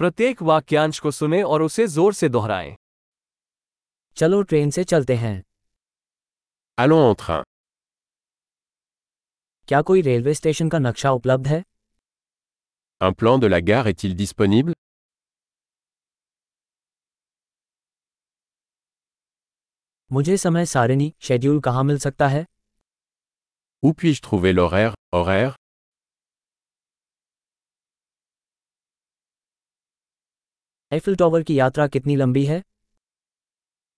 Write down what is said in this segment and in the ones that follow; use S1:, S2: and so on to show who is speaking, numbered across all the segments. S1: प्रत्येक वाक्यांश को सुने और उसे जोर से दोहराएं
S2: चलो ट्रेन से चलते हैं
S3: Allons en train.
S2: क्या कोई रेलवे स्टेशन का नक्शा उपलब्ध है
S3: Un plan de la gare est-il disponible
S2: मुझे समय सारिणी शेड्यूल कहाँ मिल सकता है
S3: Où puis-je trouver l'horaire Horaire
S2: Eiffel Tower की यात्रा कितनी लंबी है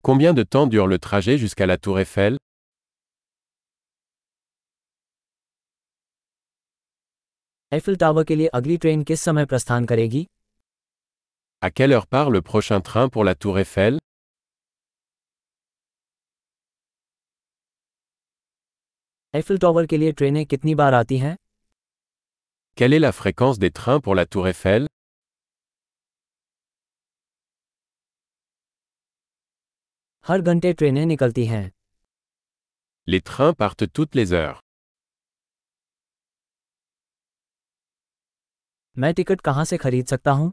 S3: Combien de temps dure le trajet jusqu'à la Tour Eiffel
S2: Eiffel Tower के लिए अगली ट्रेन किस समय प्रस्थान करेगी
S3: À quelle heure part le prochain train pour la Tour Eiffel
S2: Eiffel Tower के लिए ट्रेनें कितनी बार आती हैं
S3: Quelle est la fréquence des trains pour la Tour Eiffel
S2: हर घंटे ट्रेनें निकलती हैं
S3: Les trains partent toutes les heures.
S2: मैं टिकट कहाँ से खरीद सकता हूँ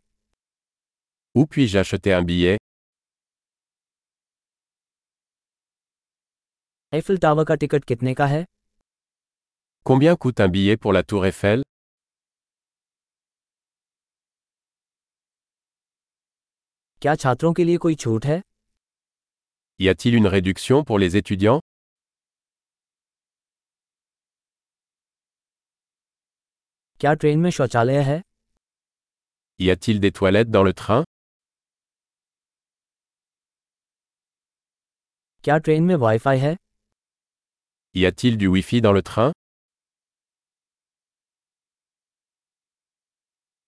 S3: Où puis-je acheter un billet
S2: Eiffel Tower का टिकट कितने का है
S3: Combien coûte un billet pour la Tour Eiffel
S2: क्या छात्रों के लिए कोई छूट है
S3: Y a-t-il une réduction pour les étudiants
S2: क्या ट्रेन में शौचालय है
S3: Y a-t-il des toilettes dans le train
S2: क्या ट्रेन में वाईफाई है
S3: Y a-t-il du Wi-Fi dans le train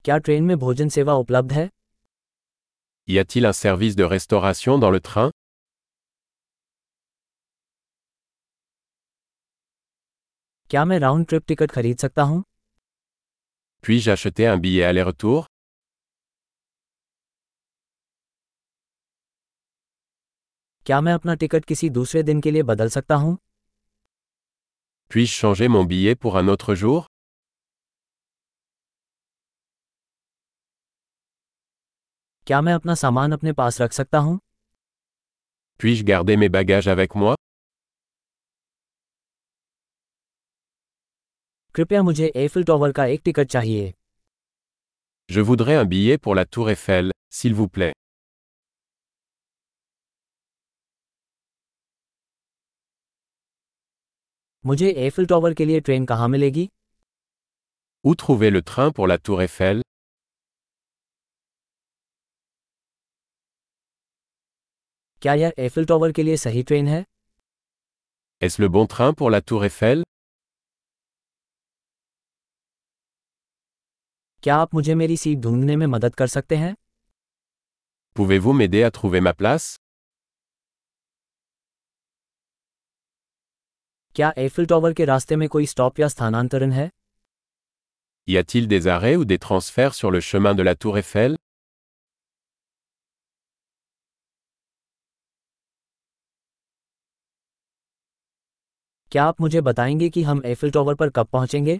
S2: क्या ट्रेन में भोजन सेवा उपलब्ध है
S3: Y a-t-il un service de restauration dans le train
S2: क्या मैं राउंड ट्रिप टिकट खरीद सकता हूँ
S3: Puis-je acheter un billet aller-retour
S2: क्या मैं अपना टिकट किसी दूसरे दिन के लिए बदल सकता हूँ
S3: Puis-je changer mon billet pour un autre jour
S2: क्या मैं अपना सामान अपने पास रख सकता हूँ
S3: Puis-je garder mes bagages avec moi
S2: कृपया मुझे एफिल टॉवर का एक टिकट चाहिए
S3: Je voudrais un billet pour la Tour Eiffel, s'il vous plaît.
S2: मुझे एफिल टॉवर के लिए ट्रेन कहाँ मिलेगी
S3: Où trouver le train pour la Tour Eiffel
S2: क्या यह एफिल टॉवर के लिए सही ट्रेन है
S3: Est-ce le bon train pour la Tour Eiffel
S2: क्या आप मुझे मेरी सीट ढूंढने में मदद कर सकते हैं
S3: Pouvez-vous m'aider à trouver ma place
S2: क्या एफिल टॉवर के रास्ते में कोई स्टॉप या स्थानांतरण है
S3: Y a-t-il des arrêts ou des transferts sur le chemin de la Tour Eiffel
S2: क्या आप मुझे बताएंगे कि हम एफिल टॉवर पर कब पहुंचेंगे